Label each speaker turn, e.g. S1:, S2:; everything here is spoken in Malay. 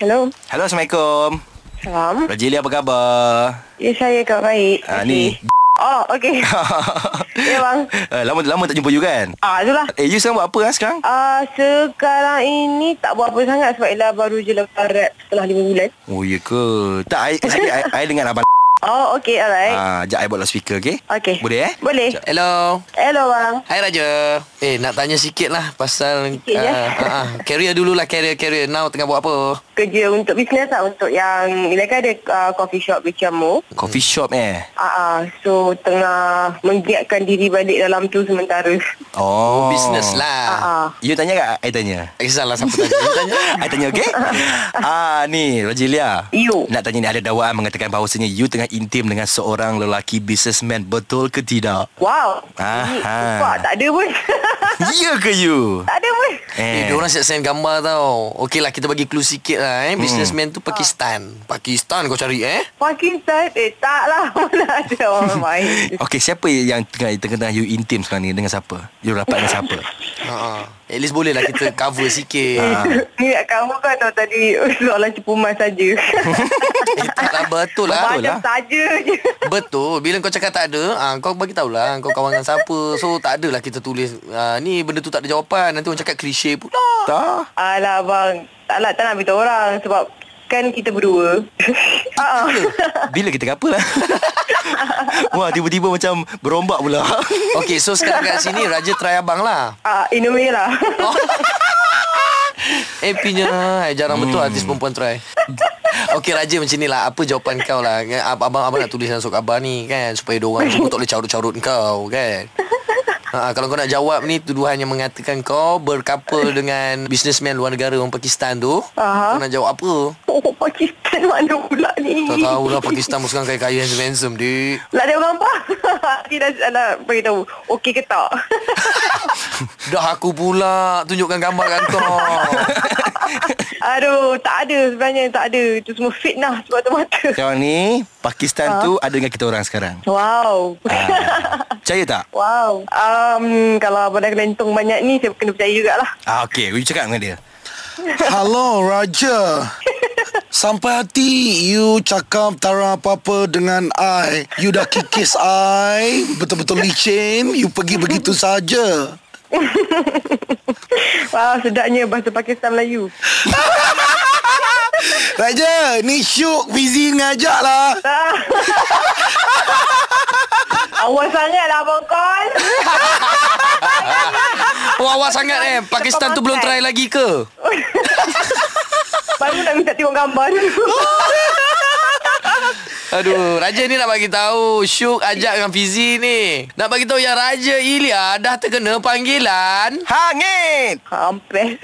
S1: Hello.
S2: Hello, Assalamualaikum.
S1: Salam.
S2: Rajili, apa khabar?
S1: Ya, saya Kak Baik.
S2: Ah,
S1: Okey.
S2: ni.
S1: Oh, okey. ya, bang.
S2: Eh, lama lama tak jumpa you kan?
S1: Ah, itulah.
S2: Eh, you sekarang buat apa ha, sekarang?
S1: Ah, sekarang ini tak buat apa sangat sebab Ella baru je lepas rap setelah 5 bulan.
S2: Oh, ya ke? Tak, I, actually, I, I dengan abang
S1: Oh, okey, alright.
S2: Ah, jap I buat loudspeaker, okay?
S1: Okey.
S2: Boleh eh?
S1: Boleh.
S2: Jap.
S3: Hello.
S1: Hello, bang.
S3: Hai Raja. Eh nak tanya sikit lah pasal
S1: Sikit, ya?
S3: ah, ah, ah. career dululah career career. Now tengah buat apa?
S1: Kerja untuk bisnes lah. Untuk yang... Bila kan ada uh, coffee shop Bicamu.
S2: Coffee shop eh?
S1: Ah, ah, so tengah menggiatkan diri balik dalam tu sementara.
S2: Oh.
S3: Business lah.
S1: Ah, ah.
S2: You tanya ke? I tanya.
S3: Tak kisahlah siapa tanya. You tanya.
S2: I tanya okey? ah ni Rojilia.
S1: You.
S2: Nak tanya ni ada dakwaan mengatakan bahawasanya you tengah intim dengan seorang lelaki businessman betul ke tidak?
S1: Wow.
S2: Ah,
S1: Ini
S2: ah.
S1: nampak tak ada pun.
S2: ya ke you?
S1: tak ada pun.
S3: Eh, dia orang siap send gambar tau. Okey lah kita bagi clue sikit lah eh. Businessman tu Pakistan. Pakistan kau cari eh.
S1: Pakistan Eh tak lah Mana ada orang main
S2: Okey, siapa yang tengah tengah-tengah you intim sekarang ni dengan siapa? You rapat dengan siapa?
S3: Ha ah. At least boleh lah kita cover sikit. Ha.
S1: Ni kat kamu kan tau tadi Soalan cepu mas saja
S3: Itulah betul lah.
S2: Betul
S1: Macam
S2: lah.
S1: saja je
S3: Betul Bila kau cakap tak ada ah, Kau bagi tahulah Kau kawan dengan siapa So tak adalah kita tulis ah, Ni benda tu tak ada jawapan Nanti orang cakap klise pula
S2: tak.
S1: Alah bang Alah tak nak beritahu orang Sebab Kan kita berdua Ah, ah.
S2: Bila kita apa lah? Wah, tiba-tiba macam berombak pula.
S3: Okay so sekarang kat sini Raja try abang lah
S1: Ah, Indomie lah
S3: Eh punya eh, Jarang hmm. betul artis perempuan try Okay Raja macam ni lah Apa jawapan kau lah Kan, ab- Abang abang nak tulis dalam surat khabar ni kan Supaya diorang semua tak boleh carut-carut kau kan Ha, kalau kau nak jawab ni Tuduhan yang mengatakan kau Berkapal dengan Businessman luar negara Orang Pakistan tu
S1: Aha.
S3: Kau nak jawab apa?
S1: Oh Pakistan mana pula ni
S3: Tak lah, tahulah Pakistan pun sekarang kaya-kaya handsome-handsome dik
S1: Lah dia orang apa Kita dah nak beritahu Okey ke tak
S3: Dah aku pula Tunjukkan gambar kat kau
S1: Aduh Tak ada sebenarnya Tak ada Itu semua fitnah Semata-mata
S2: Sekarang ni Pakistan tu ada dengan kita orang sekarang.
S1: Wow
S2: Ah. Percaya tak?
S1: Wow. Um, kalau abang dah kelentung banyak ni, saya kena percaya jugalah.
S2: Ah okey, you cakap dengan dia.
S4: Hello Raja Sampai hati you cakap tarang apa-apa dengan I You dah kikis I Betul-betul licin You pergi begitu saja
S1: Wah, Ah, sedapnya bahasa Pakistan Melayu.
S4: Raja, ni syuk busy ngajak lah
S1: Ah. Awal sangatlah lah, abang Kon.
S3: Wah-wah sangat eh Pakistan tu belum try lagi ke?
S1: Baru nak minta tengok gambar dulu.
S3: Aduh, Raja ni nak bagi tahu Syuk ajak dengan Fizi ni. Nak bagi tahu yang Raja Ilya dah terkena panggilan.
S2: Hangit.
S1: Hampir.